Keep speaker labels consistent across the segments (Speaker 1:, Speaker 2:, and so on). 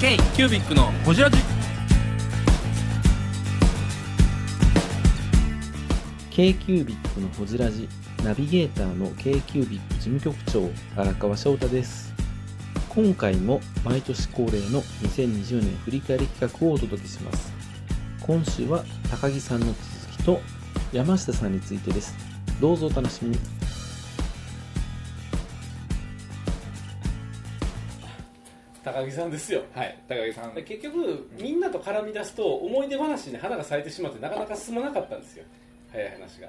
Speaker 1: ケイキュービックのホジラジ
Speaker 2: 京急ビックのほじラジナビゲーターの京急ビック事務局長荒川翔太です今回も毎年恒例の2020年振り返り企画をお届けします今週は高木さんの続きと山下さんについてですどうぞお楽しみに
Speaker 3: 高木さんですよ
Speaker 4: はい、高木さん。
Speaker 3: 結局みんなと絡み出すと思い出話に花が咲いてしまってなかなか進まなかったんですよ早い話が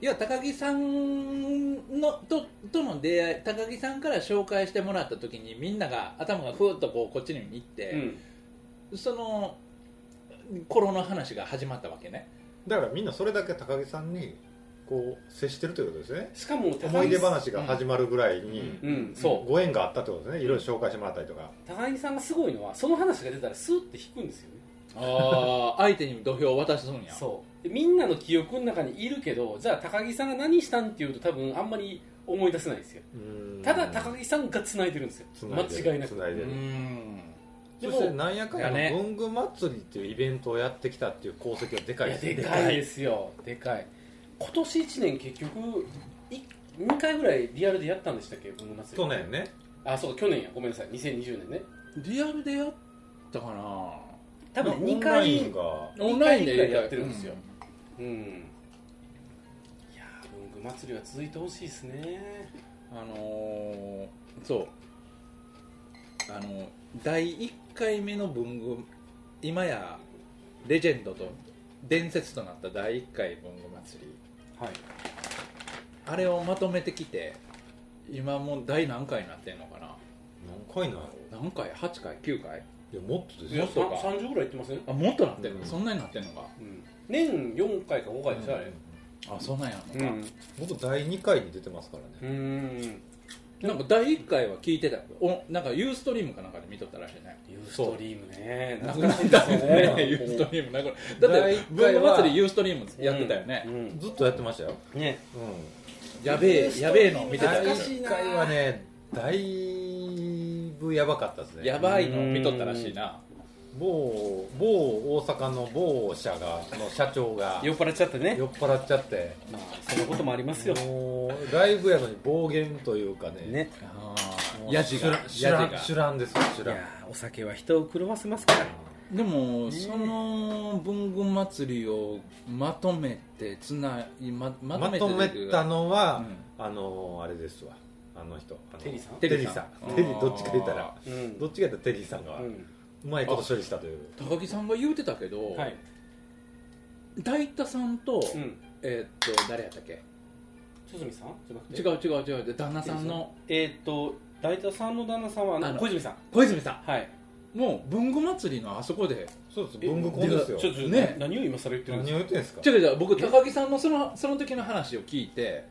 Speaker 4: いや、高木さんのととの出会い、高木さんから紹介してもらった時に、みんなが頭がふーっとこうこっちに行って、その頃の話が始まったわけね。
Speaker 5: だからみんなそれだけ高木さんにこう接してるということですね
Speaker 3: しかも高木
Speaker 5: 思い出話が始まるぐらいに
Speaker 3: うん、そう
Speaker 5: ご縁があったってことですねいろいろ紹介してもらったりとか
Speaker 3: 高木さんがすごいのはその話が出たらスーッて引くんですよね
Speaker 4: ああ、 相手に土俵を渡すんや。
Speaker 3: そうでみんなの記憶の中にいるけどじゃあ高木さんが何したんっていうと多分あんまり思い出せないんですよただ高木さんが繋いでるんですよ
Speaker 5: 繋でる
Speaker 3: 間違いなく
Speaker 5: 繋いうで
Speaker 4: ー
Speaker 5: る
Speaker 4: ん。
Speaker 5: そしてなんやかんや
Speaker 4: だね
Speaker 5: 文具祭りっていうイベントをやってきたっていう功績はでかい
Speaker 3: いや
Speaker 5: ですね
Speaker 3: でかいですよでかい今年1年結局い2回ぐらいリアルでやったんでしたっけ文具祭り
Speaker 5: 去年ね
Speaker 3: あそう去年やごめんなさい2020年ね
Speaker 4: リアルでやったかな
Speaker 3: 多分ね2
Speaker 5: オンライ
Speaker 3: 回
Speaker 5: ンが
Speaker 3: オ
Speaker 4: オ
Speaker 3: ン
Speaker 4: ン
Speaker 3: ラ
Speaker 4: ラ
Speaker 3: イ
Speaker 4: イ
Speaker 3: ン
Speaker 4: ン
Speaker 3: で
Speaker 4: で
Speaker 3: やってるんですようんいやー文具祭りは続いてほしいですね
Speaker 4: あのーそうあのー第1回目の文具今やレジェンドと伝説となった第1回文具祭り
Speaker 3: はい
Speaker 4: あれをまとめてきて今もう第何回になってんのかな
Speaker 5: 何回なんや
Speaker 4: 何回8回9回
Speaker 5: ろいやもっとです
Speaker 3: いや
Speaker 5: よ
Speaker 4: そうか
Speaker 3: さ30ぐらい行ってません、
Speaker 4: あもっとなってる、
Speaker 5: うん
Speaker 4: そんなになってんのか
Speaker 3: うん、年4回か5回でしょあれ
Speaker 4: あそんなんやんのか、
Speaker 5: 僕第2回に出てますから
Speaker 3: う
Speaker 5: ね
Speaker 3: ん
Speaker 4: なんか第1回は聞いてたけどおなんかユーストリームかなんかで見とったらしいね
Speaker 3: ユーストリームね
Speaker 4: な
Speaker 3: な
Speaker 4: く
Speaker 3: く
Speaker 4: な
Speaker 3: な
Speaker 4: っ
Speaker 3: ったた
Speaker 4: ん
Speaker 3: です
Speaker 4: だ
Speaker 3: ね
Speaker 4: ねユーストリームなくなだって文具
Speaker 5: 第一回は
Speaker 4: 祭りユーストリームやってたよね、
Speaker 3: うん
Speaker 5: ずっとやってましたよ
Speaker 3: ね
Speaker 5: うん
Speaker 4: やべえ、やべえの見てた
Speaker 5: 第
Speaker 4: らし
Speaker 5: 1回はねだいぶやばかったです
Speaker 4: い。
Speaker 5: ね
Speaker 4: やばいの見とったらしいな。
Speaker 5: 某某大阪の某社がの社長が
Speaker 3: 酔っ払っちゃってね
Speaker 5: 酔っ払っちゃって
Speaker 3: まあそんなこともありますよ
Speaker 5: もうライブやのに暴言というかね
Speaker 3: ね
Speaker 5: もう
Speaker 4: やじが、
Speaker 5: 知ら
Speaker 4: や
Speaker 5: ん
Speaker 4: じが。
Speaker 5: 知らんですよ知
Speaker 3: い
Speaker 5: らん
Speaker 3: やーお酒は人を狂わせますから
Speaker 4: でも、その文具祭りをまとめて、つない、ま、ま
Speaker 5: ま
Speaker 4: と
Speaker 5: と
Speaker 4: め
Speaker 5: め
Speaker 4: て。
Speaker 5: たのは
Speaker 4: うん、
Speaker 5: あのあれですわあの人あの
Speaker 3: テリーさん
Speaker 5: テリーさ
Speaker 4: うん
Speaker 5: んテリーどっちか言ったら
Speaker 3: うん
Speaker 5: どっちか言ったらテリーさんが
Speaker 3: う
Speaker 5: うんまいこと処理したという
Speaker 4: 高木さんが言うてたけど、
Speaker 3: はい
Speaker 4: 大田さんと、
Speaker 3: うん
Speaker 4: えーっと、誰やったっけ
Speaker 3: 堤さんじゃなくて
Speaker 4: 違う違う違うで、旦那さんの、
Speaker 3: えーっと大田さんの旦那さんはあの
Speaker 4: あの
Speaker 3: 小泉さん
Speaker 4: 小泉さ
Speaker 3: はい
Speaker 4: ん。もう、文具祭りのあそこで、
Speaker 5: そうです文具コンですよ
Speaker 3: ちょっと
Speaker 4: ね
Speaker 3: ね何を今更言ってるん
Speaker 5: 何
Speaker 3: です
Speaker 5: を言ってんですか
Speaker 4: 違う違う、僕、高木さんのその、その時の話を聞いて、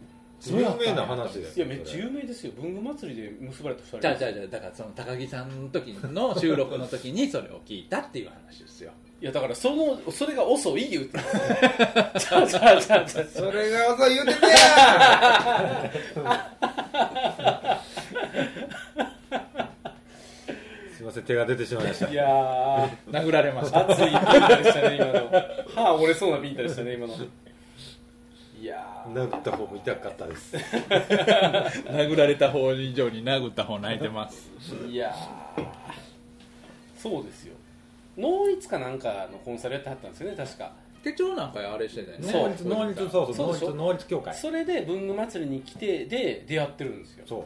Speaker 5: 有名な話で
Speaker 3: か
Speaker 5: す
Speaker 3: いや
Speaker 5: よ
Speaker 3: めっちゃ有名ですよ文具祭りで結ばれた二人
Speaker 4: じゃあじゃあじゃあだからその高木さんの時の収録の時にそれを聞いたっていう話ですよ
Speaker 3: いやだからそのそれが遅い言うてじゃあじゃあじゃあじゃあ
Speaker 5: それがさ言うてたやん すいません手が出てしまいまし た
Speaker 3: いや ー
Speaker 4: 殴られました
Speaker 3: 熱いビンタでしたね今の歯折れそうなビンタでしたね今のいやー
Speaker 5: 殴った方も痛かったです
Speaker 4: 殴られた方以上に殴った方泣いてます
Speaker 3: いやーそうですよノーイツかなんかのコンサルやってはったんですよね確か
Speaker 4: 手帳なんかあれしてたよね
Speaker 5: 能率能率そうそう
Speaker 3: そうでしょ
Speaker 5: 能率能率協会
Speaker 3: それで文具祭りに来てで出会ってるんですよ
Speaker 5: そう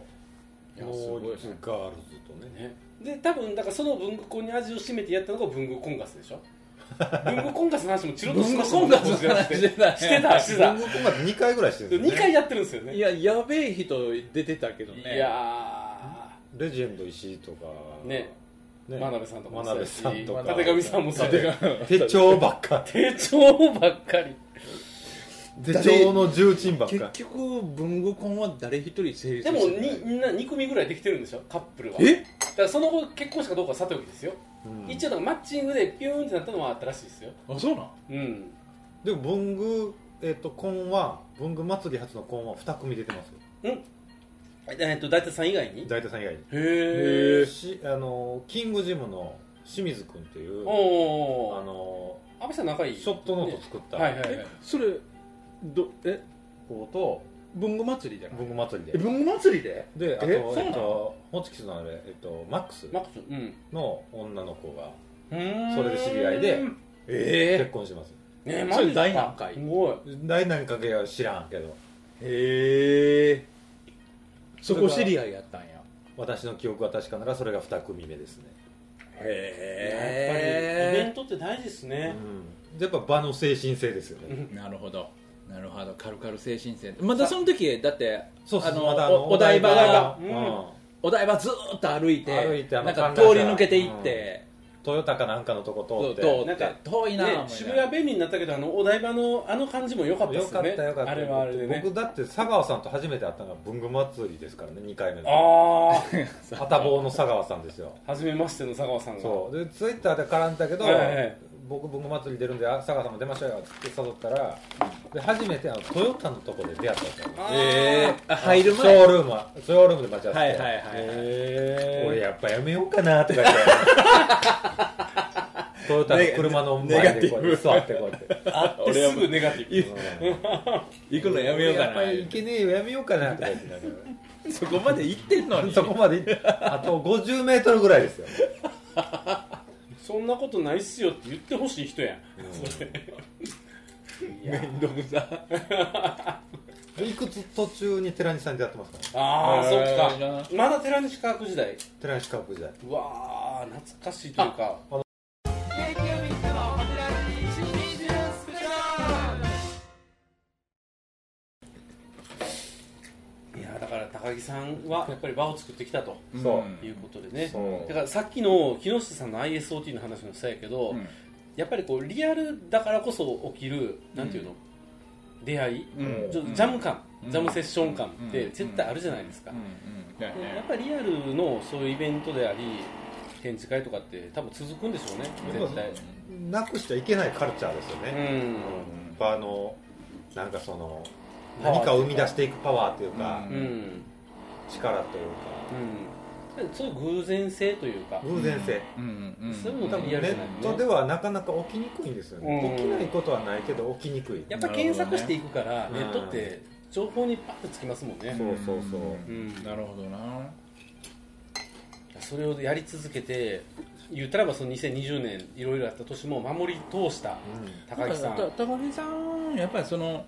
Speaker 4: いやすご
Speaker 5: 能
Speaker 4: い
Speaker 5: 率ガールズと
Speaker 3: ね、
Speaker 5: ね
Speaker 3: で多分だからその文具コンに味を占めてやったのが文具コンガスでしょ文具コンガスの話もチロッと
Speaker 4: 文
Speaker 3: し
Speaker 4: 具
Speaker 3: ました
Speaker 4: コンガスの話してた
Speaker 3: してたしてた
Speaker 5: 文具コンまで2回ぐらいしてるんです
Speaker 3: 2
Speaker 5: よ
Speaker 3: 回やってるんですよね
Speaker 4: いややべえ人出てたけどね
Speaker 3: いや
Speaker 5: レジェンド石井とか
Speaker 3: ねー
Speaker 5: ね
Speaker 3: 真鍋さんとかそうや
Speaker 5: 真鍋
Speaker 3: し
Speaker 5: さんとか
Speaker 3: たてがみさんもそうや
Speaker 5: 手帳ばっ か
Speaker 3: 手帳ばっかり
Speaker 5: 手帳の重鎮ばっ
Speaker 4: 結
Speaker 5: か
Speaker 4: 局文具婚は誰一人成立して
Speaker 3: で
Speaker 4: ない
Speaker 3: もにな2組ぐらいできてるんでしょカップルはだ
Speaker 4: え
Speaker 3: からその後結婚したかどうかはさておきですよ、
Speaker 5: うん
Speaker 3: 一応だからマッチングでピューンってなったのはあったらしいですよ
Speaker 4: あそうなん
Speaker 3: うん
Speaker 5: でも文具えっと婚は文具祭り初の婚は2組出てますよ
Speaker 3: えっと大体さん以外にへ
Speaker 5: 大体さん以外に
Speaker 3: え
Speaker 5: しあのキングジムの清水君っていう
Speaker 3: お
Speaker 5: あ
Speaker 3: おー
Speaker 5: の
Speaker 3: 安倍さん仲いい
Speaker 5: ショットノート作った
Speaker 3: はいはいはい
Speaker 4: えそれどえ
Speaker 5: 子と
Speaker 4: 文具祭りじゃない
Speaker 5: 文具祭り
Speaker 4: え
Speaker 5: で
Speaker 4: 文具祭りで
Speaker 5: であと
Speaker 4: え
Speaker 5: え
Speaker 4: そうなの
Speaker 5: っとホチキスのあれ、えっと、マックス
Speaker 3: マックスうん
Speaker 5: の女の子が
Speaker 3: うーん
Speaker 5: それで知り合いで結
Speaker 4: え
Speaker 5: 婚します
Speaker 3: ねマ
Speaker 4: そ
Speaker 3: ジ
Speaker 4: れ
Speaker 3: ですか
Speaker 4: 大難解
Speaker 3: すごい
Speaker 5: 誰なんかが知らんけど
Speaker 4: えへえそこ知り合いやったんや
Speaker 5: 私の記憶は確かならそれが2組目ですね、
Speaker 3: やっぱりイベントって大事です
Speaker 5: う
Speaker 3: ね、
Speaker 5: ん、やっぱ場の精神性ですよね、
Speaker 3: うん
Speaker 4: なるほどなるほどカルカル精神性またその時だって
Speaker 5: そうそう
Speaker 4: あの
Speaker 5: まだあ
Speaker 4: おお台場
Speaker 5: が、
Speaker 3: お台場うん
Speaker 5: うん
Speaker 4: お台場ずーっと歩いて
Speaker 5: 歩いてあの
Speaker 4: なんか
Speaker 5: 観覧車
Speaker 4: 通り抜けていって、
Speaker 5: トヨタかなんかのとこ
Speaker 4: 通
Speaker 5: 通っ
Speaker 4: って
Speaker 5: て
Speaker 3: なんか
Speaker 4: 遠いな、
Speaker 3: ね、渋谷便利になったけどあのお台場のあの感じも良かったで
Speaker 5: よ
Speaker 3: す
Speaker 5: か
Speaker 3: よ
Speaker 5: っ
Speaker 3: ね
Speaker 5: たよかった
Speaker 3: あれはあれでね
Speaker 5: 僕だって佐川さんと初めて会ったのが文具祭りですからね2回目の
Speaker 3: あ
Speaker 5: はたぼうの佐川さんですよ
Speaker 3: あ初めましての佐川さ んが
Speaker 5: そうでツイッターで絡んだけど、
Speaker 3: はいはい
Speaker 5: 僕文具祭り出るんであ佐川さんも出ましょうよって誘ったらで初めてあのトヨタのとこで出会ったんですよ
Speaker 3: あ
Speaker 4: えーあ入る
Speaker 5: ショ
Speaker 4: 前
Speaker 5: ールームはショールームで待ち合わ
Speaker 4: はい
Speaker 5: せ
Speaker 4: はい
Speaker 5: て、
Speaker 4: はい、
Speaker 5: 俺
Speaker 3: え
Speaker 5: やっぱやめようかなとか言って トヨタの車の前でこうやって座ってこうやって
Speaker 3: あってすぐネガティブ
Speaker 4: 行くのやめようか
Speaker 5: やっぱりい
Speaker 4: な
Speaker 5: けねえよやめようかなとか言ってなが
Speaker 4: そこまで行ってんの
Speaker 5: ら
Speaker 4: に
Speaker 5: そこまで行ってあと50メートルぐらいですよ
Speaker 3: そんなことないっすよって言ってほしい人やん、それいや
Speaker 4: どくさ
Speaker 5: いくつ途中に寺西さんでやってますからね
Speaker 3: ああそ
Speaker 4: あー
Speaker 3: っかまだ寺西科学時代
Speaker 5: 寺西カップ時代
Speaker 3: うわー懐かしいというかいやだから高木さんはやっぱり場を作ってきたと
Speaker 5: そう
Speaker 3: いうことでね、
Speaker 5: そう
Speaker 3: だからさっきの木下さんの ISOT の話もしたやけど、
Speaker 4: うん
Speaker 3: やっぱりこうリアルだからこそ起きるなんていうの、出会い、
Speaker 4: うん
Speaker 3: ちょっとジャム感、
Speaker 4: うん
Speaker 3: ジャムセッション感って
Speaker 4: うん
Speaker 3: 絶対あるじゃないですか、
Speaker 4: うんだよ
Speaker 3: や
Speaker 4: ね
Speaker 3: っぱりリアルのそういうイベントであり展示会とかって多分続くんでしょうね絶対
Speaker 5: なくしちゃいけないカルチャーですよ
Speaker 3: う
Speaker 5: ね、
Speaker 3: ん
Speaker 5: やっぱあのなんかその
Speaker 3: パワー
Speaker 5: 何かを生み出していくパワーというか
Speaker 3: う、
Speaker 4: うんん
Speaker 3: うん
Speaker 5: 力という
Speaker 3: そういう偶然性というか
Speaker 5: か偶然性
Speaker 4: うんうん
Speaker 3: そういうの
Speaker 5: 多
Speaker 3: 多分
Speaker 5: 分ネ
Speaker 3: リアルじゃない
Speaker 5: ットではなかなか起きにくいんですよ
Speaker 3: う
Speaker 5: ね
Speaker 3: ん
Speaker 5: 起きないことはないけど起きにくい
Speaker 3: やっぱ検索していくから、
Speaker 5: な
Speaker 3: ネ
Speaker 5: る
Speaker 3: ッ
Speaker 5: ほ
Speaker 3: ト
Speaker 5: どね
Speaker 3: って情報にパッとつきますもんね
Speaker 5: そうそうそう
Speaker 3: うん
Speaker 4: なるほどな
Speaker 3: それをやり続けて言ったらばその2020年いろいろあった年も守り通した高木さん
Speaker 4: た高木さんやっぱりその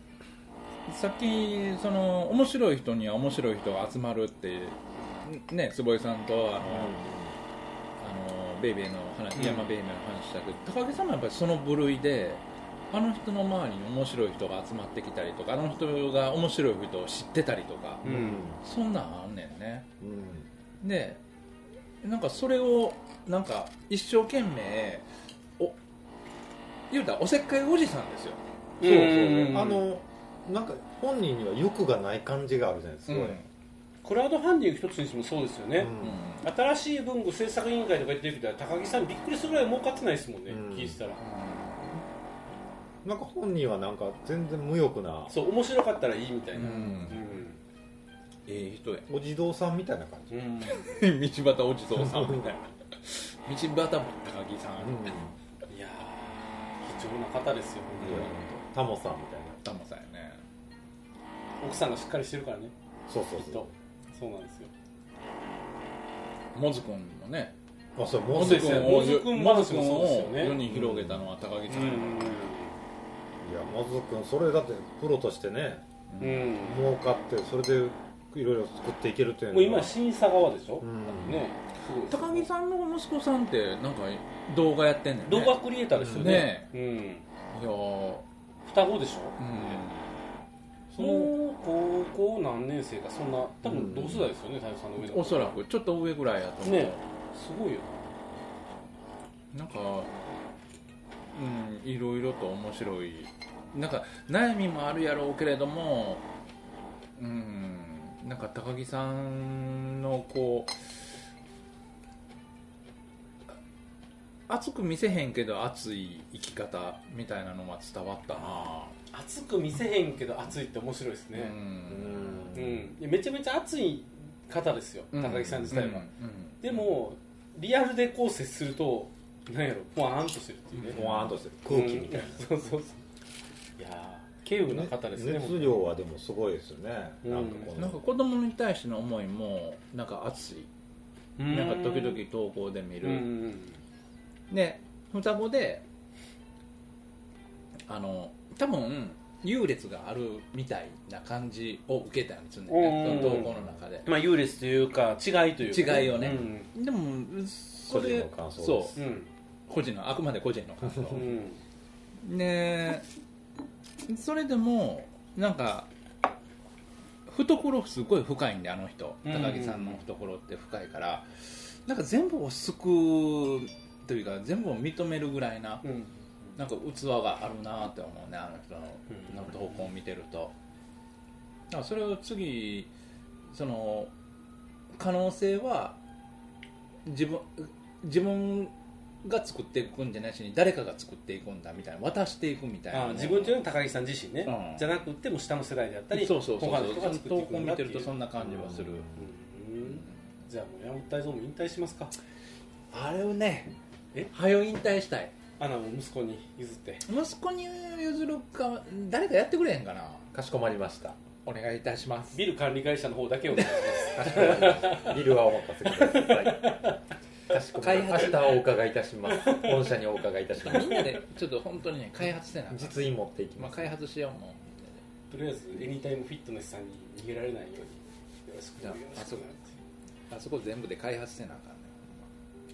Speaker 4: さっきその面白い人には面白い人が集まるってね坪井さんとあの、あのベイベーの話、
Speaker 3: うん
Speaker 4: 山ベイベーの話だけど高木さんもやっぱりその部類であの人の周りに面白い人が集まってきたりとかあの人が面白い人を知ってたりとか、
Speaker 3: うん
Speaker 4: そんなんあんねんね
Speaker 5: うんうん
Speaker 4: でなんかそれをなんか一生懸命お言うたらおせっかいおじさんですよ
Speaker 5: そうそう
Speaker 3: うん
Speaker 5: あのなんか本人には欲がない感じがあるじゃないです
Speaker 4: う
Speaker 5: か、
Speaker 4: ん
Speaker 3: クラウドファンディング一つにしてもそうですよね、
Speaker 5: うん
Speaker 3: 新しい文具制作委員会とか言ってるけど高木さんびっくりするぐらい儲かってないですもんね、
Speaker 5: うん
Speaker 3: 聞いてたら
Speaker 5: なんか本人はなんか全然無欲な
Speaker 3: そう面白かったらいいみたいな
Speaker 4: う
Speaker 3: うんん
Speaker 4: ええ人 や
Speaker 5: お地蔵さんみたいな感じ、
Speaker 3: うん
Speaker 4: 道端お地蔵さんみたいな道端も高木さん、
Speaker 3: いやー貴重な方ですよ本当に
Speaker 5: タモさんみたいな
Speaker 4: タモさんやね
Speaker 3: 奥さんがしっかりしてるからね
Speaker 5: そうそ
Speaker 3: き
Speaker 5: う
Speaker 3: っ
Speaker 5: そ
Speaker 3: とそうなんですよ
Speaker 4: モズ君もね
Speaker 5: うあそうも
Speaker 4: モ
Speaker 5: う
Speaker 3: そ
Speaker 4: ズ
Speaker 5: す
Speaker 3: う
Speaker 5: い
Speaker 3: で
Speaker 5: や
Speaker 3: す
Speaker 4: 君
Speaker 3: よ
Speaker 4: を
Speaker 3: モズ君
Speaker 4: モズ君
Speaker 3: モズ君もそうで
Speaker 4: を
Speaker 3: すよね
Speaker 4: 世に広げたのは高木さんやから
Speaker 5: もずくんそれだってプロとしてね
Speaker 3: うん、うん
Speaker 5: 儲かってそれでいろいろ作っていけるっていうの
Speaker 3: もう今
Speaker 5: は
Speaker 3: 審査側でしょ、
Speaker 5: うん
Speaker 3: ねすごいです
Speaker 4: 高木さんの息子さんってなんか動画やってんねんね
Speaker 3: 動画クリエイターですよねうん
Speaker 4: いやー
Speaker 3: 双子でしょ、
Speaker 4: う
Speaker 3: その高校何年生かそんな多分同世代ですよね太陽さんの上だ
Speaker 4: ん
Speaker 3: と
Speaker 4: おそらくちょっと上ぐらいやと思う、
Speaker 3: ねすごいよ
Speaker 4: なんかうんいろいろと面白いなんか悩みもあるやろうけれどもうんなんか高木さんのこうあ熱く見せへんけど熱い生き方みたいなのは伝わったな
Speaker 3: な熱く見せへんけど熱いって面白いですね
Speaker 5: う
Speaker 3: うん、
Speaker 5: ん
Speaker 3: いやめちゃめちゃ熱い方ですよ、
Speaker 4: うん
Speaker 3: 高木さん自体は、
Speaker 4: うんうん
Speaker 3: でもリアルでこう接するとなんやろポワーンとしてるっていうね
Speaker 5: もわーんとしてる空気みたいな、
Speaker 3: うんそうそうそういやー稀有な方ですね
Speaker 5: 熱量はでもすごいですよね、
Speaker 3: うん
Speaker 5: なんかこ
Speaker 4: なんか
Speaker 5: の
Speaker 4: 子供に対しての思いもなんか熱いなんか時々投稿で見
Speaker 3: い
Speaker 4: る、で双子であの多分優劣があるみたいな感じを受けたんですよねそ
Speaker 3: うん
Speaker 4: の投稿の中で、
Speaker 3: まあ優劣というか違いというか
Speaker 4: 違いをね
Speaker 3: うん
Speaker 4: でもそ
Speaker 5: 個人
Speaker 4: れ
Speaker 5: の感想
Speaker 4: そ
Speaker 5: で
Speaker 4: う
Speaker 5: す
Speaker 3: うん
Speaker 4: 個人のあくまで個人の感想
Speaker 3: うん
Speaker 4: ねそれでもなんか懐すごい深いんであの人
Speaker 3: うん
Speaker 4: 高木さんの懐って深いから、なんか全部を救うというか全部を認めるぐらいな
Speaker 3: うん
Speaker 4: なんか器があるなって思うねあの人
Speaker 3: うん
Speaker 4: のの投稿を見てるとだからそれを次その可能性は自分自分が作っていくんじゃなしに誰かが作っていくんだみたいな渡していくみたいなね、
Speaker 3: あ自分というのは高木さん自身ね、
Speaker 4: うん
Speaker 3: じゃなくても下の世代であったり
Speaker 4: そうそうそう
Speaker 3: 他の人
Speaker 4: そ
Speaker 3: が
Speaker 4: の
Speaker 3: 作って
Speaker 4: 投
Speaker 3: いく
Speaker 4: 稿
Speaker 3: ん
Speaker 4: 見
Speaker 3: だって
Speaker 4: てる
Speaker 3: い
Speaker 4: と
Speaker 3: う
Speaker 4: そんな感じはする、
Speaker 3: うんじゃあもう山本大蔵も引退しますか
Speaker 4: あれをね
Speaker 3: え
Speaker 4: はよ引退したい
Speaker 3: アナを息子に譲って
Speaker 4: 息子に譲るか誰かやってくれへんかな
Speaker 5: かしこまりました
Speaker 4: お願いいたします
Speaker 3: ビル管理会社の方だけをお願いし
Speaker 5: かしこまりましたビルはお任せくださいかしこまりました明日お伺いいたします 本社にお伺いいたしま
Speaker 4: み
Speaker 5: す
Speaker 4: んなでちょっと本当にね開発せなあかん
Speaker 5: 実印持っていき
Speaker 4: ま
Speaker 5: ま
Speaker 4: あ、
Speaker 5: す、
Speaker 4: 開発しようもん
Speaker 3: ますとりあえずエニタイムフィットネスさんに逃げられないようによろしく
Speaker 4: じゃあ
Speaker 3: よろしく
Speaker 4: あそうあそこ全部で開発せなあかんね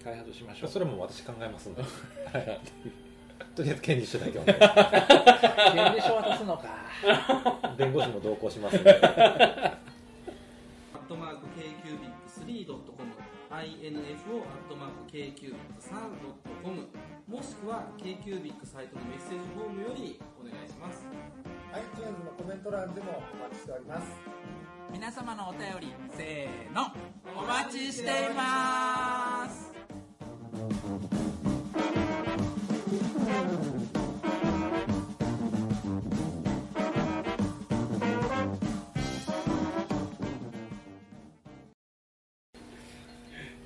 Speaker 4: 開発しましょう
Speaker 5: それも私考えますんでとりあえず権利書だけお願い
Speaker 4: 権利書渡すのか
Speaker 5: 弁護士も同行しますんで
Speaker 1: アットマーク KQBIC3.com info アットマーク KQBIC3.com もしくは KQBIC サイトのメッセージフォームよりお願いします
Speaker 4: 皆様のお便りせーのお待ちしています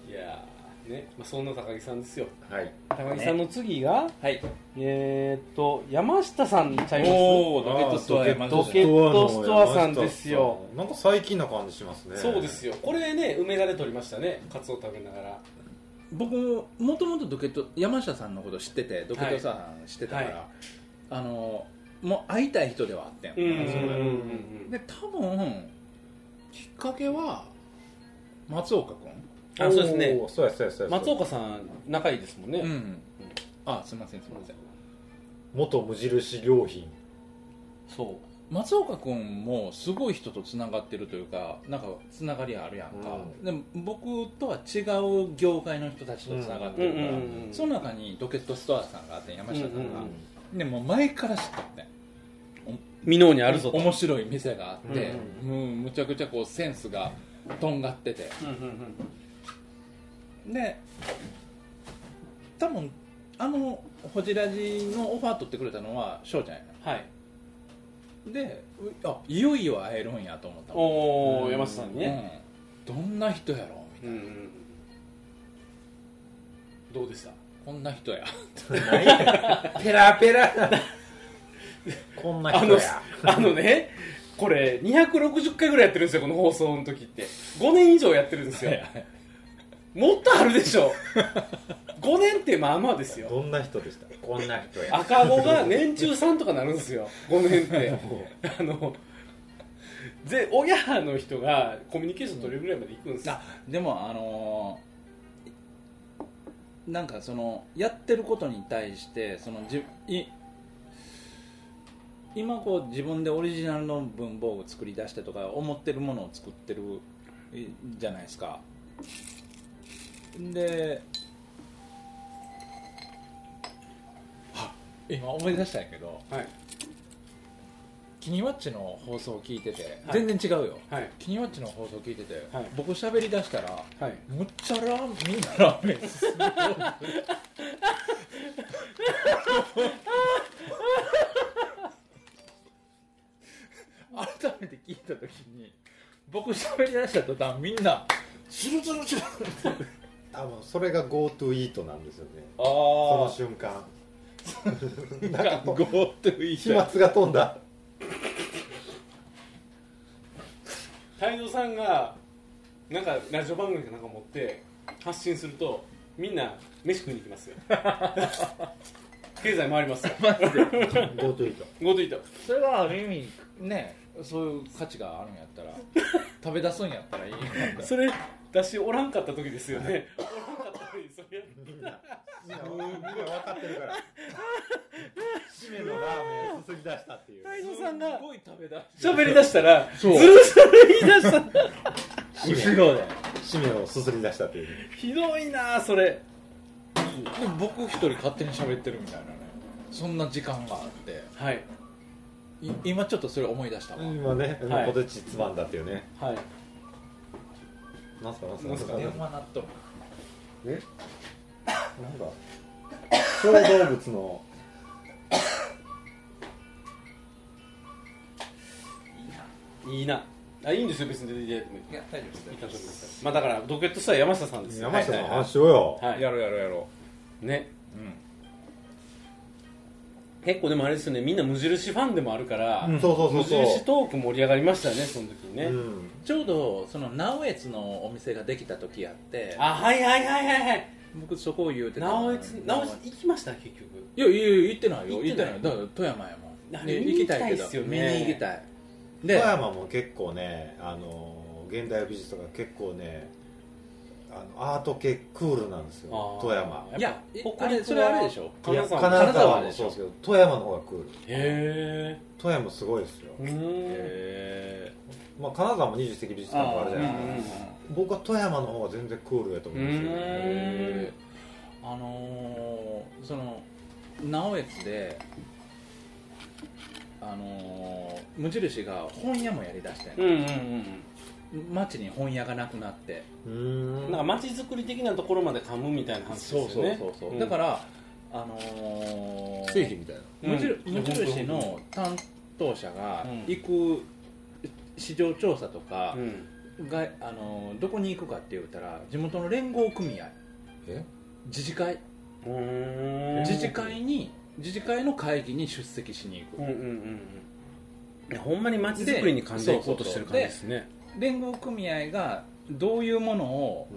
Speaker 3: いやーね、まあ、そんな高木さんですよ
Speaker 5: はい
Speaker 3: 高木さんの次が、
Speaker 4: はい
Speaker 3: えーっと山下さんちゃいます
Speaker 4: おドケットストアや
Speaker 3: ドケットストアさんですよ
Speaker 5: なんか最近な感じしますね
Speaker 3: そうです
Speaker 5: よ
Speaker 3: よこれね梅田で撮りましたねカツオ食べながら
Speaker 4: 僕もともとドケット山下さんのこと知っててドケットさん知ってたから、
Speaker 3: は
Speaker 4: あのもう会いたい人ではあってん、
Speaker 3: ん
Speaker 4: で多分きっかけは松岡
Speaker 3: あそうですね
Speaker 5: そうやそうやそうや
Speaker 3: 松岡さん仲いいですもんね、
Speaker 4: 君うんあすいませんすいません
Speaker 5: 元無印良品
Speaker 3: そ
Speaker 4: 松岡君もすごい人とつながってるというかなんかつながりあるやんか、でも僕とは違う業界の人たちとつながっ
Speaker 3: う
Speaker 4: て
Speaker 3: う
Speaker 4: るから、
Speaker 3: ん
Speaker 4: その中にドケットストアさんがあって山下さんが、
Speaker 3: うんうん
Speaker 4: でもう前から知ったって
Speaker 3: 美濃にあるぞと
Speaker 4: 面白い店があって、うんむちゃくちゃこうセンスがとんがってて
Speaker 3: うんうんうん
Speaker 4: で多分あのホジラジのオファー取ってくれたのは翔ちゃんや
Speaker 3: はい
Speaker 4: なでうあいよいよ会えるんやと思ったもん
Speaker 3: おお山下さんにね、
Speaker 4: うん、どんな人やろみ
Speaker 3: う
Speaker 4: たい
Speaker 3: ん
Speaker 4: な、
Speaker 3: どうでした
Speaker 4: こんな人や
Speaker 5: ペラペラ こんな
Speaker 3: あ
Speaker 5: 人
Speaker 3: の
Speaker 5: や
Speaker 3: あのねこれ260回ぐらいやってるんですよこの放送の時って5年以上やってるんですよもっとあるでしょ5年ってまあまあですよ
Speaker 5: どんな人でしたこんな人や
Speaker 3: 赤子が年中さんとかなるんですよ5年 ってあので親の人がコミュニケーション取れるぐらいまで行くんですよ
Speaker 4: あ でもあのーなんかそのやってることに対してそのじい今こう自分でオリジナルの文房具作り出してとか思ってるものを作ってるえじゃないですかであ今思い出したんやけど
Speaker 3: はい
Speaker 4: 「キニワッチ」の放送を聞いてて、
Speaker 3: はい
Speaker 4: 全然違うよ
Speaker 3: はい
Speaker 4: 「キニワッチ」の放送を聞いてて、
Speaker 3: はい
Speaker 4: 僕喋り出したら
Speaker 3: はい
Speaker 4: むっちゃラーメンみんなラーメン 進む改めて聞いた時に僕喋り出した途端みんな「チュルチュルチュル」
Speaker 5: 多分それが GoTo イートなんですよね
Speaker 3: あ
Speaker 5: その
Speaker 3: あ
Speaker 5: 瞬 間
Speaker 3: なんか GoTo イ
Speaker 5: 飛沫が飛んだ
Speaker 3: 太蔵さんがなんかラジオ番組かなんか持って発信するとみんな飯食いに行き ますよ経済回り ますよ
Speaker 5: GoTo イート
Speaker 3: GoTo イート
Speaker 4: それはある意味ねそういう価値があるんやった ら食べ出すんやったらいいんやったら
Speaker 3: それ私おらんかった時ですよねおらんかった時にそれや
Speaker 5: みんなみんな分かってるから締めのラーメンすすり出したっていう
Speaker 3: 太蔵さんが
Speaker 4: すごい食べ出す
Speaker 3: 喋り出したらず
Speaker 4: そう
Speaker 3: るずる言い出した
Speaker 5: 締め
Speaker 4: ろで
Speaker 5: 締めをすすり出したっていう
Speaker 3: ひどいなあそれ
Speaker 4: でも僕一人勝手に喋ってるみたいなねそんな時間があって
Speaker 3: はい
Speaker 4: い今ちょっとそれ思い出したわ、
Speaker 5: 今ね、
Speaker 3: はい
Speaker 5: ポテチつまんだっていうね
Speaker 3: はい
Speaker 5: なんすかなんす
Speaker 3: な
Speaker 5: かなんん
Speaker 3: す
Speaker 5: す
Speaker 3: か
Speaker 5: か
Speaker 4: 電話なっとる
Speaker 5: えなんか小動物の
Speaker 3: いいなあいいんですよ別に出ていただいてもいい
Speaker 4: いや大丈夫
Speaker 3: い
Speaker 4: で
Speaker 3: ただいてもいいですまあだからドケットしたら山下さんですよ
Speaker 5: 山下の
Speaker 3: はいはいは
Speaker 5: 話しようよ、
Speaker 3: いはい
Speaker 4: やろうやろうやろ
Speaker 3: ね
Speaker 4: う、うん、
Speaker 3: 結構でもあれですよねみんな無印ファンでもあるから、
Speaker 5: うんそうそうそう
Speaker 3: 無
Speaker 5: そう
Speaker 3: 印トーク盛り上がりましたよねその時にね、
Speaker 5: うん
Speaker 4: ちょうどその直江津のお店ができた時あって
Speaker 3: あはいはいはいはいはい
Speaker 4: 僕そこを言うてた
Speaker 3: 直江津直江津行きました結局
Speaker 4: いやいやいや行ってないよ
Speaker 3: 行
Speaker 4: 行っ
Speaker 3: っ
Speaker 4: てて
Speaker 3: な
Speaker 4: ないいだから富山や
Speaker 3: あ
Speaker 4: もん、
Speaker 3: れ
Speaker 4: ね
Speaker 3: 見
Speaker 4: 行
Speaker 3: に行
Speaker 4: き
Speaker 3: き
Speaker 4: た
Speaker 3: たい
Speaker 4: い
Speaker 3: っ
Speaker 4: けど
Speaker 3: すよね
Speaker 4: 見に行きたい
Speaker 5: 富
Speaker 4: で
Speaker 5: 山も結構ねあの現代美術とか結構ねあのアート系クールなんです
Speaker 3: あー
Speaker 5: よ富山
Speaker 3: やっぱ
Speaker 4: いや
Speaker 3: 北陸は
Speaker 4: あれそれあれでしょ
Speaker 5: いや
Speaker 3: 金沢
Speaker 5: 金
Speaker 4: 金沢
Speaker 5: 沢
Speaker 4: で
Speaker 5: も
Speaker 4: し
Speaker 5: そう
Speaker 4: ょ
Speaker 5: ですけど富山の方がクール
Speaker 3: へ
Speaker 5: 富山すごいですよ、
Speaker 3: えうーん
Speaker 4: へ
Speaker 5: まあ、金沢も二十世紀美術館とかあるじゃないですか
Speaker 3: あ
Speaker 5: 僕は富山の方が全然クールやと思うんですよ
Speaker 3: うーん
Speaker 5: ね
Speaker 4: えあのー、その直江津であのー、無印が本屋もやりだして
Speaker 3: うん
Speaker 4: の、
Speaker 3: んうんうん
Speaker 4: 町に本屋がなくなって
Speaker 5: うー
Speaker 3: うんんなんか街づくり的なところまで噛むみたいな話ですよ
Speaker 4: そう
Speaker 3: ね
Speaker 4: そうそうそう、
Speaker 3: ん
Speaker 4: だからあのー、
Speaker 5: みたいな
Speaker 3: うん
Speaker 4: 無印無印の担当者が
Speaker 3: うん
Speaker 4: 行く市場調査とか
Speaker 3: う、ん
Speaker 4: があのどこに行くかって言ったら地元の連合組合
Speaker 5: え
Speaker 4: 自治会
Speaker 3: うーん
Speaker 4: 自治会に自治会の会議に出席しに
Speaker 3: う
Speaker 4: 行
Speaker 3: ん
Speaker 4: く、
Speaker 3: うんうんうんいやほんまに街づくりに感じていこうとしてる感じですね
Speaker 4: 連合組合がどういうものを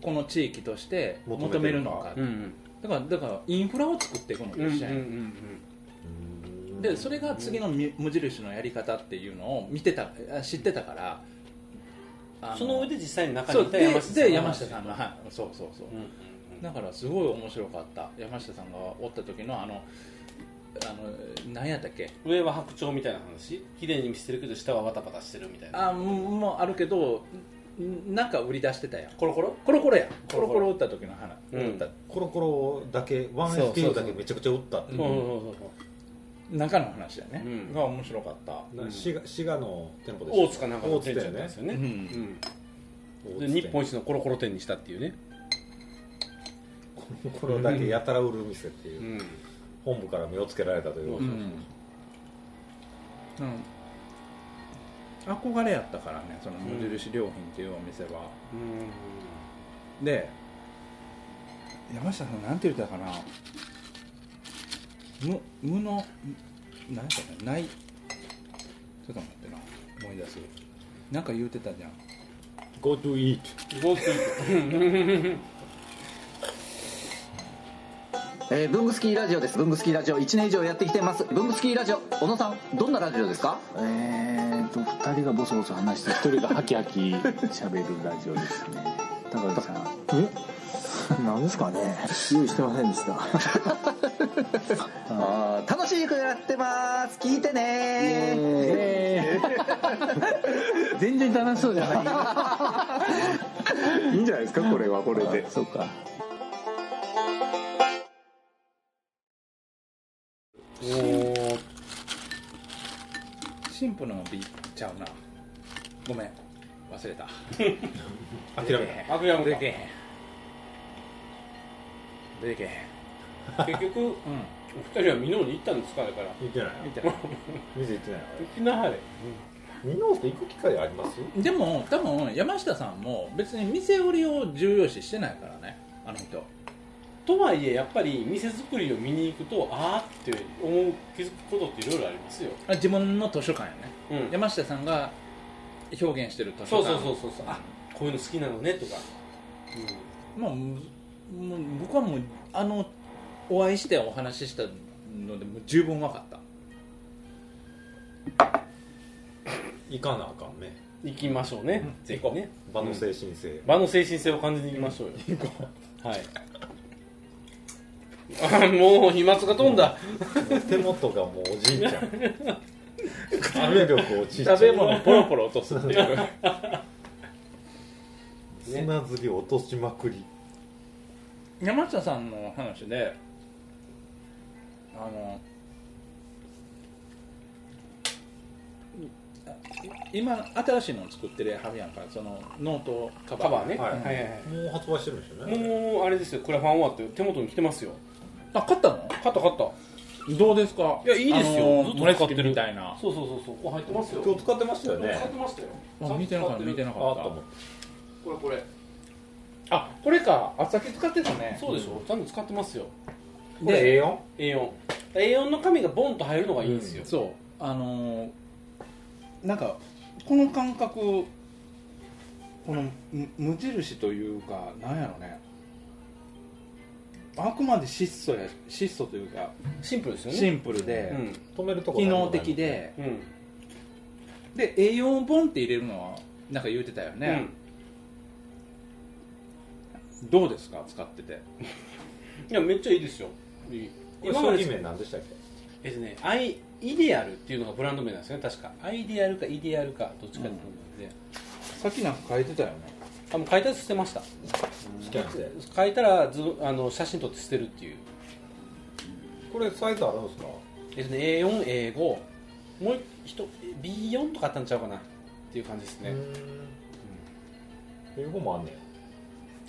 Speaker 4: この地域として求
Speaker 5: 求
Speaker 4: め
Speaker 5: め
Speaker 4: る
Speaker 5: る
Speaker 4: の
Speaker 5: の
Speaker 4: か
Speaker 5: か
Speaker 3: うん
Speaker 4: だからだからインフラを作っていくの
Speaker 3: うんうん
Speaker 4: と
Speaker 3: うん
Speaker 4: 一緒
Speaker 3: う
Speaker 4: やん、
Speaker 3: ん
Speaker 5: うーん
Speaker 4: でそれが次のみ無印のやり方っていうのを見てたあ知ってたからあ
Speaker 3: その上で実際に中
Speaker 4: そ
Speaker 3: にいうた
Speaker 4: で
Speaker 3: 山下さん
Speaker 4: で山下さんの、はい、そうそうそう、
Speaker 3: うんうん
Speaker 4: だからすごい面白かった山下さんがおった時のあのあの何やったっけ
Speaker 3: うん上は白鳥みたいな話綺麗に見せてるけど下はバタバタしてるみたいな
Speaker 4: あももうあるけどんなんか売り出してたやん
Speaker 3: コロコロ
Speaker 4: コロコロやん
Speaker 3: コ
Speaker 4: コ
Speaker 3: ロ
Speaker 4: ロ
Speaker 3: コロ
Speaker 4: コロ打った時の花、
Speaker 3: うん
Speaker 4: 打っ
Speaker 5: コロコロだけワン
Speaker 3: そうそうそう
Speaker 5: FPO だけめちゃくちゃ打ったって
Speaker 3: う
Speaker 5: い
Speaker 3: ん
Speaker 5: う
Speaker 3: うん
Speaker 5: うん
Speaker 3: うん
Speaker 4: た中の話だね、
Speaker 3: うん
Speaker 4: が面白かった、
Speaker 5: な滋賀滋賀の店舗で
Speaker 3: 大津かなんかの
Speaker 5: 大
Speaker 3: 店
Speaker 5: 津
Speaker 3: 長
Speaker 5: だ
Speaker 3: だったん
Speaker 5: よね
Speaker 3: ですよね
Speaker 4: う
Speaker 3: うんん
Speaker 5: 大
Speaker 3: で
Speaker 5: 津
Speaker 3: 日本一のコロコロ店にしたっていうね
Speaker 5: これだけやたら売る店っていうう、
Speaker 3: ん
Speaker 5: 本部から目をつけられたという、
Speaker 3: そうそうそう
Speaker 4: うん憧れやったからねその無印良品っていうお店は、で山下さんなんて言ったかな無無の何やったかなないちょっと待ってな思い出すなんか言うてたじゃん
Speaker 5: Go to eat
Speaker 3: ゴーツ
Speaker 6: えー、ブングスキーラジオですブングスキーラジオ1年以上やってきてますブングスキーラジオ小野さんどんなラジオですか
Speaker 7: えーと2人がボソボソ話して1人がハキハキ喋るラジオですね高橋さんえなんですかね用意してませんで した
Speaker 6: あー楽しくやってます聞いてね
Speaker 7: えー全然楽しそうじゃないいいんじゃないですかこれはこれでそうか
Speaker 3: おー
Speaker 4: 神父の美ちゃうなごめん忘れた
Speaker 5: 諦め
Speaker 3: 悪役
Speaker 4: 出
Speaker 3: か
Speaker 4: てけへん出てけへん
Speaker 3: 結局
Speaker 4: う
Speaker 3: お二人は美濃に行ったんですかだから
Speaker 5: た見てない
Speaker 4: んみたいな
Speaker 5: 見て行ってない
Speaker 3: 行きなはれ
Speaker 5: みんなで行く機会あります
Speaker 4: でも多分山下さんも別に店売りを重要視してないからねあの人
Speaker 3: とはいえやっぱり店作りを見に行くとああって思う気づくことっていろいろありますよ、
Speaker 4: あ自分の図書館やね
Speaker 3: うん、
Speaker 4: 山下さんが表現してる図
Speaker 3: そ
Speaker 4: 書
Speaker 3: う
Speaker 4: 館
Speaker 3: そうそうそうそうあこういうの好きなのねとか、
Speaker 4: まあむもう僕はもうあのお会いしてお話ししたのでもう十分分かった
Speaker 5: 行かなあかんね
Speaker 3: うん、行きましょうね、ぜひね
Speaker 5: 場の精神性、
Speaker 3: 場の精神性を感じに行きましょうよはいあ もう飛沫が飛んだ、
Speaker 5: 手元がもうおじいちゃん雨力おじいちゃん
Speaker 4: 食べ物ポロポロ落とすっていう
Speaker 5: 砂ずり落としまくり
Speaker 4: 山下さんの話であのい今新しいのを作ってるハビアンからそのノートカバー
Speaker 3: カバーね、
Speaker 5: はい
Speaker 3: はいはいはい
Speaker 5: もう発売してるんですよね
Speaker 3: もうあれですよクラファン終わって手元に来てますよ
Speaker 4: あ買ったの
Speaker 3: 買った買った
Speaker 4: どうですか
Speaker 3: いやいいですよ
Speaker 4: あの
Speaker 3: ずっと使ってる
Speaker 4: モレツキみたいな
Speaker 3: そうそうそうそうこう入ってますよ
Speaker 5: 今日使ってましたよね
Speaker 3: 使ってましたよ
Speaker 4: あ見てなかった見てなかった
Speaker 5: あと思って
Speaker 3: これこれ
Speaker 4: あこれかあさっき使ってたね
Speaker 3: そうでしょちゃんと使ってますよ
Speaker 5: これええよ
Speaker 3: A4A4 の紙がボンと入るのがいいんですよ、
Speaker 4: そうあのーなんかこの感覚このむ無印というかなんやろねあくまで質素や質素というか
Speaker 3: シンプルですよね
Speaker 4: シンプルで、
Speaker 5: 止めるとこ
Speaker 4: 機能的で
Speaker 3: うんうん
Speaker 4: で栄養をボンって入れるのはなんか言うてたよね、どうですか使ってて
Speaker 3: うんいやめっちゃいいですよいい
Speaker 5: これ商品名何でしたっけ
Speaker 3: えっとねアイイデアルっていうのがブランド名なんですよね確かアイデアルかイデアルかどっちかってことなんで、
Speaker 4: さっきなんか書いてたよね
Speaker 3: あもう書いたやつ捨てました
Speaker 5: スキャンして
Speaker 3: 書いたらずあの写真撮って捨てるっていう
Speaker 5: これサイズあるんですか
Speaker 3: えっとね A4A5 もう一 B4 とかあったんちゃうかなっていう感じですね、
Speaker 5: 英語もあんね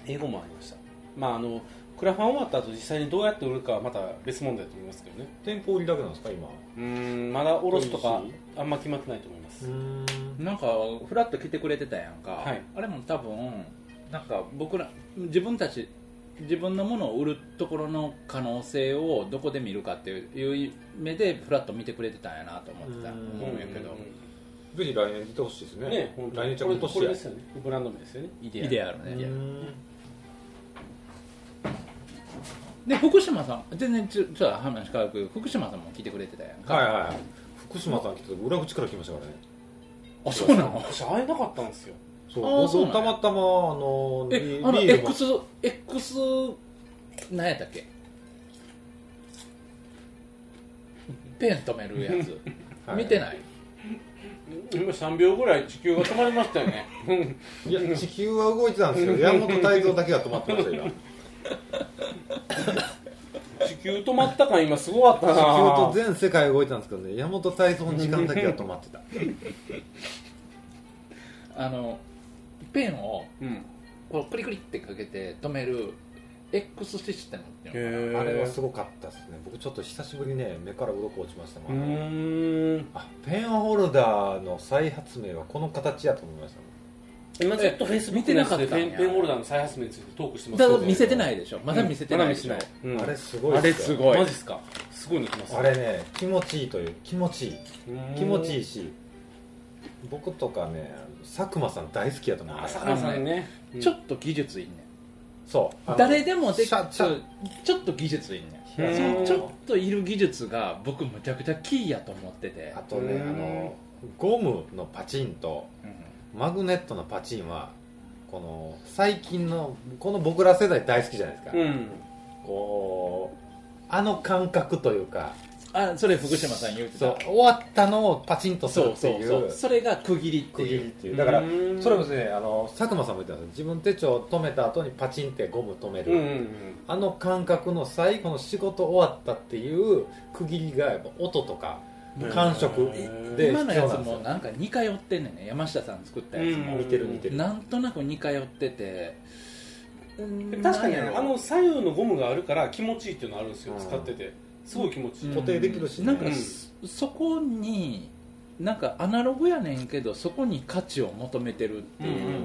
Speaker 3: 英語もありましたまああのクラファン終わった後実際にどうやって売るかはまた別問題だと思いますけどね
Speaker 5: ん店舗売りだけなんですか今
Speaker 3: うーんまだ卸すとか
Speaker 5: 美味し
Speaker 3: あんま決まってないと思います、
Speaker 4: なんかフラッと来てくれてたやんか、
Speaker 3: はい
Speaker 4: あれも多分なんか僕ら自分たち自分のものを売るところの可能性をどこで見るかっていう目でフラッと見てくれてたんやなと思ってた
Speaker 5: うん
Speaker 4: 思うんやけど
Speaker 5: ぜひ来年出てほしいですね
Speaker 3: ね本当
Speaker 5: 来
Speaker 3: に
Speaker 5: 年ちゃ
Speaker 3: これ
Speaker 5: んと
Speaker 3: これですよねブランド名ですよねイデア
Speaker 4: イデアル
Speaker 5: う
Speaker 4: ね
Speaker 5: ん
Speaker 4: で福島さん全然ちょちょっと話変わるけど福島さんも来てくれてたやんか、
Speaker 5: はいはいはい福島さん来て裏口から来ましたからね
Speaker 4: あそうなの
Speaker 3: 私会えなかったんですよ
Speaker 5: そう
Speaker 4: あー
Speaker 5: 僕
Speaker 4: そうなんや
Speaker 5: たまたまあの
Speaker 4: え
Speaker 5: リ
Speaker 4: あの
Speaker 5: リーグも
Speaker 4: X, X 何やったっ けペン止めるやつ、
Speaker 5: はい
Speaker 4: 見てない
Speaker 3: 今3秒ぐらい地球が止まりましたよね
Speaker 5: いや地球は動いてたんですよ山本泰造だけが止まってました今地
Speaker 3: 地球止まった感今すごかった
Speaker 5: 球
Speaker 3: な
Speaker 5: と全世界動いてたんですけどね山本泰造の時間だけが止まってた
Speaker 4: あのペンを
Speaker 3: うん
Speaker 4: こうクリクリってかけて止める X システムっていうの
Speaker 3: へー
Speaker 5: あれはすごかったですね僕ちょっと久しぶりね目から鱗落ちました
Speaker 3: う
Speaker 5: もん
Speaker 3: ーん
Speaker 5: あペンホルダーの再発明はこの形やと思いましたもん
Speaker 3: 今ずっとフェイスブックのやつで
Speaker 4: 見てなかったんや
Speaker 3: ペンペンホルダーの再発明についてトークしてます
Speaker 4: だ
Speaker 3: よ
Speaker 4: から見せてないでしょまだ見せてないでしょ、
Speaker 3: まだ見せてないうん
Speaker 5: あれすごいっよ
Speaker 4: ごい
Speaker 3: マジっすかすごいの来ます
Speaker 5: あれね気持ちいいという気持ちいい気持ちいいし僕とかね佐久間さん大好きやと思う、ね、
Speaker 3: 朝倉さんね
Speaker 4: ちょっと技術いんね
Speaker 5: そうあの
Speaker 4: ん誰でもでき
Speaker 5: シャ
Speaker 4: ち
Speaker 5: シ
Speaker 4: ょ
Speaker 5: ャ
Speaker 4: ちょっと技術いんね
Speaker 3: うん
Speaker 4: その
Speaker 3: ん
Speaker 4: ちょっといる技術が僕むちゃくちゃキーやと思ってて
Speaker 5: あとねあのゴムのパチンと
Speaker 4: うん
Speaker 5: マグネットのパチンはこの最近のこの僕ら世代大好きじゃないですか、
Speaker 3: うん
Speaker 5: こうあの感覚というか
Speaker 4: あそれ福島さん言うて
Speaker 5: そう
Speaker 4: た
Speaker 5: 終わったのをパチンとす
Speaker 4: そ
Speaker 5: る
Speaker 4: う
Speaker 5: って
Speaker 4: そ
Speaker 5: いうう
Speaker 4: そうそれが区切りって
Speaker 5: 区切
Speaker 4: い
Speaker 5: りっ
Speaker 4: う
Speaker 5: ていうだから
Speaker 3: うん
Speaker 5: それもですねあの佐久間さんも言ってたんですよ自分手帳止めた後にパチンってゴム止め
Speaker 3: う
Speaker 5: る、
Speaker 3: んうん
Speaker 5: あの感覚の最後の仕事終わったっていう区切りがやっぱ音とか感触で
Speaker 4: 今のやつ
Speaker 5: 必要
Speaker 4: も
Speaker 5: なんですよ
Speaker 4: なんか似通ってんねんね山下さん作ったやつも、
Speaker 3: うん
Speaker 5: 似てる似てる
Speaker 4: なんとなく似通ってて
Speaker 3: 確かにね
Speaker 4: なんやろ
Speaker 3: あの左右のゴムがあるから気持ちいいっていうのあるんですよ
Speaker 5: うん
Speaker 3: 使っててすごい気持ちいい
Speaker 4: うん
Speaker 5: 固定できるしね
Speaker 4: なんか、
Speaker 3: うん
Speaker 4: そそこになんかアナログやねんけどそこに価値を求めてるっていう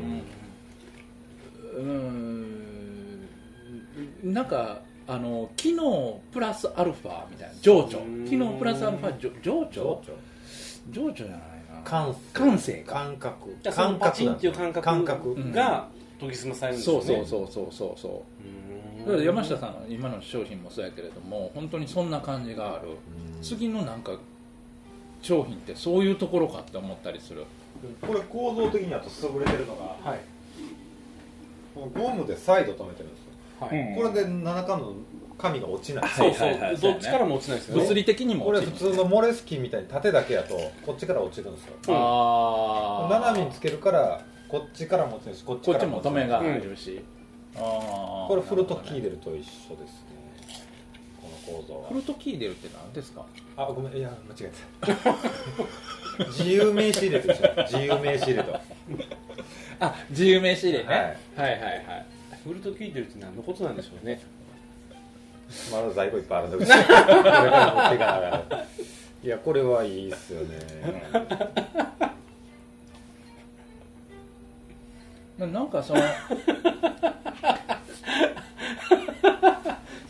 Speaker 4: うーんなんかあの機能プラスアルファみたいな情緒
Speaker 3: うん
Speaker 4: 機能プラスアルファじょ情
Speaker 5: 情
Speaker 4: 緒
Speaker 5: 緒
Speaker 4: 情緒じゃないな
Speaker 5: 感
Speaker 4: 感性か
Speaker 5: 感覚
Speaker 3: じゃあそのパチンっていう感覚
Speaker 5: 感覚
Speaker 4: ん
Speaker 3: が研ぎ澄まされるんです
Speaker 4: そ
Speaker 3: よ
Speaker 4: う
Speaker 3: ね
Speaker 4: そうそうそうそうそうう
Speaker 3: ーん
Speaker 4: だから山下さんの今の商品もそうやけれども本当にそんな感じがある次のなんか商品ってそういうところかって思ったりする
Speaker 5: これ構造的にあと優れてるのが
Speaker 3: はい
Speaker 5: このゴムで再度止めてるんですよ
Speaker 3: はい
Speaker 4: うん
Speaker 5: これで七巻の紙が落ちない
Speaker 3: そう
Speaker 4: はいはいは
Speaker 3: そ
Speaker 4: いう
Speaker 3: どっちからも落ちないですよね
Speaker 4: 物理的にも
Speaker 5: これ
Speaker 4: 落ち
Speaker 5: 普
Speaker 4: る
Speaker 5: 通のモレスキンみたいに縦だけやとこっちから落ちるんですよ
Speaker 4: ああ
Speaker 5: 斜めにつけるからこっちからも落ちるしこっち
Speaker 4: こ
Speaker 5: か
Speaker 4: っち
Speaker 5: らも
Speaker 4: も
Speaker 5: 落
Speaker 4: 止
Speaker 5: ちない
Speaker 4: めが入るし、ああ
Speaker 5: これフルトキー
Speaker 4: で
Speaker 5: デルと一緒ですねこの構造は
Speaker 4: フルトキーデルって何ですか
Speaker 5: あごめんいや間違えた 自由名刺入れと一緒自由名刺入れと
Speaker 4: あ自由名刺入れ
Speaker 5: はい
Speaker 4: ね、はい、はいはいはい
Speaker 3: フルト聞いてるって何のことなんでしょうね
Speaker 5: まだ在庫いっぱいあるんだけど これからも手が上がるいやこれはいいっすよね
Speaker 4: ななんかその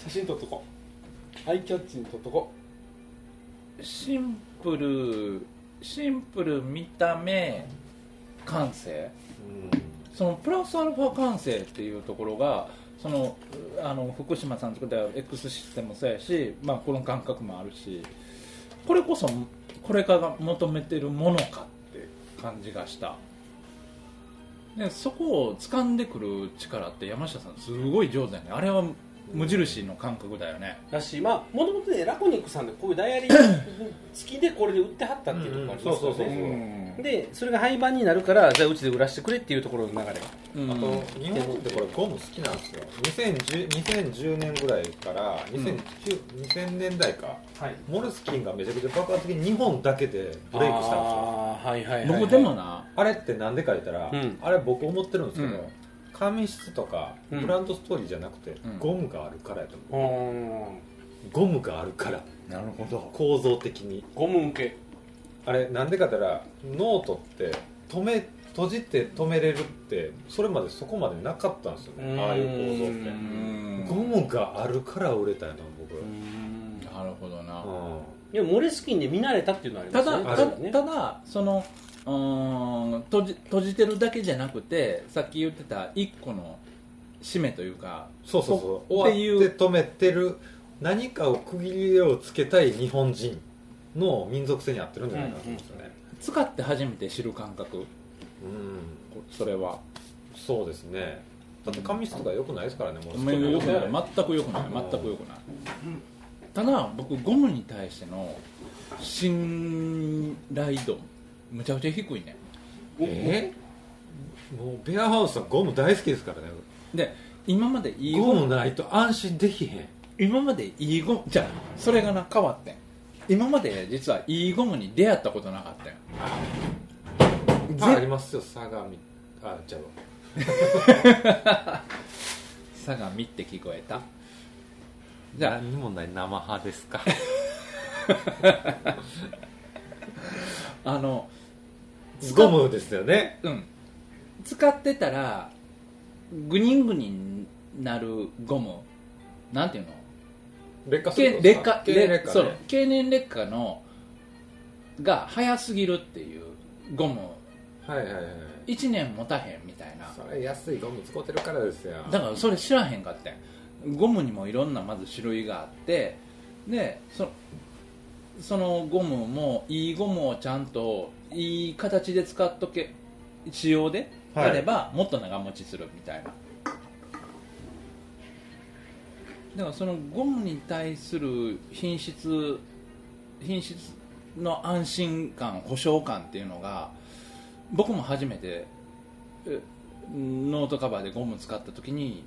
Speaker 3: 写真撮っとこうアイキャッチに撮っとこ
Speaker 4: シンプルシンプル見た目感性そのプラスアルファ感性っていうところがそのあの福島さん作った X システムもそうやし、まあ、この感覚もあるしこれこそこれからが求めてるものかって感じがしたでそこを掴んでくる力って山下さんすごい上手やねあれは無印の感覚だよね、
Speaker 3: うだしまあもともとねラコニックさんでこういうダイアリ ー付きでこれで売ってはったっていうところがありますよね、
Speaker 5: うんうんそうそうそうそう
Speaker 3: でそれが廃盤になるからじゃあうちで売らせてくれっていうところの流れ
Speaker 4: うん
Speaker 5: あと日本人ってこれゴム好きなんですよ 2010, 2010年ぐらいから2009 2000年代か
Speaker 3: はい
Speaker 5: モルスキンがめちゃくちゃ爆発的に日本だけでブレイクしたんですよ
Speaker 3: あーはいはいはい、はい、
Speaker 4: 僕でもな
Speaker 5: あれってなんでか言ったら、
Speaker 3: うん
Speaker 5: あれ僕思ってるんですけど、
Speaker 4: うん
Speaker 5: 紙質とか
Speaker 3: うん
Speaker 5: ブランドストーリーじゃなくて、
Speaker 4: ん
Speaker 5: ゴムがあるからやと
Speaker 3: う
Speaker 5: 思う、
Speaker 3: ーん
Speaker 5: ゴムがあるから
Speaker 4: なるほど
Speaker 5: 構造的に
Speaker 3: ゴム向け
Speaker 5: あれなんでかって言ったらノートって止め閉じて止めれるってそれまでそこまでなかったんですよねああいう構造
Speaker 3: う
Speaker 5: っ
Speaker 3: ん
Speaker 5: てゴムがあるから売れたんやと思う僕、
Speaker 3: うん
Speaker 4: なるほどな、
Speaker 5: うん
Speaker 3: でもモレスキンで見慣れたっていうのはあり
Speaker 4: た
Speaker 3: ます
Speaker 4: だ
Speaker 3: ね
Speaker 4: た
Speaker 5: そ
Speaker 4: だ
Speaker 5: う
Speaker 3: ね
Speaker 4: ただそのうーん閉じ閉じてるだけじゃなくてさっき言ってた一個の締めというか
Speaker 5: そうそうそう
Speaker 4: こって
Speaker 5: 終
Speaker 4: いう
Speaker 5: わって止めてる何かを区切りをつけたい日本人の民族性に合ってるんじゃないかなと思うんですよね、
Speaker 4: 使って初めて知る感覚
Speaker 5: うん
Speaker 4: こそれは
Speaker 5: そうですねだって紙質とか良くないですからねも
Speaker 4: お前よくない全くよくない
Speaker 5: うん
Speaker 4: 全くよくないただ僕ゴムに対しての信頼度むちゃくちゃ低いね
Speaker 5: えもうベアハウスはゴム大好きですからね
Speaker 4: で今までいい
Speaker 5: ゴ
Speaker 4: ゴム
Speaker 5: ムないと安心できへん
Speaker 4: 今までいいゴムじゃあそれがな変わってん今まで実はいいゴムに出会ったことなかったよ
Speaker 5: あありますよ相模あちゃうわ
Speaker 4: 相模って聞こえた
Speaker 5: じ
Speaker 4: じ
Speaker 5: ゃあ
Speaker 4: ゃ
Speaker 5: 何もない生派ですか
Speaker 4: ああの
Speaker 5: ゴムですよね
Speaker 4: うん使ってたらグニングニンなるゴムなんていうの
Speaker 5: 劣化す
Speaker 4: け
Speaker 5: る
Speaker 4: 劣化
Speaker 5: 経年
Speaker 4: れ
Speaker 5: 劣化
Speaker 4: そ
Speaker 5: ね
Speaker 4: う経年劣化のが早すぎるっていうゴム
Speaker 5: はいはいはい
Speaker 4: 1年持たへんみたいな
Speaker 5: それ安いゴム使ってるからですよ
Speaker 4: だからそれ知らへんかったんゴムにもいろんなまず種類があってでそそのゴムもいいゴムをちゃんといい形で使っとけ使用で
Speaker 5: はい
Speaker 4: あればもっと長持ちするみたいな、だからそのゴムに対する品質品質の安心感保証感っていうのが僕も初めてえノートカバーでゴム使った時に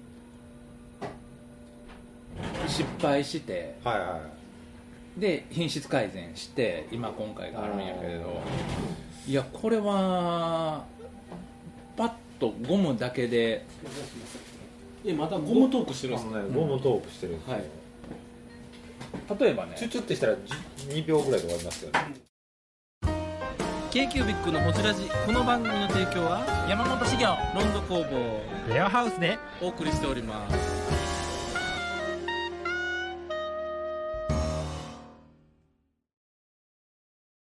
Speaker 4: 失敗して
Speaker 5: はいはいはい
Speaker 4: で品質改善して今今回があるんやけれどいやこれはパッとゴムだけで
Speaker 3: えまたゴムトークしてるん
Speaker 5: あ
Speaker 3: ですか
Speaker 5: のねゴムトークしてるんですよ
Speaker 3: はい
Speaker 4: 例えばね
Speaker 5: チュチュってしたら2秒ぐらいで終わりますよね
Speaker 4: k q b i c のホジラジこの番組の提供は山本資源ロンド工房
Speaker 8: レアハウスで
Speaker 4: お送りしております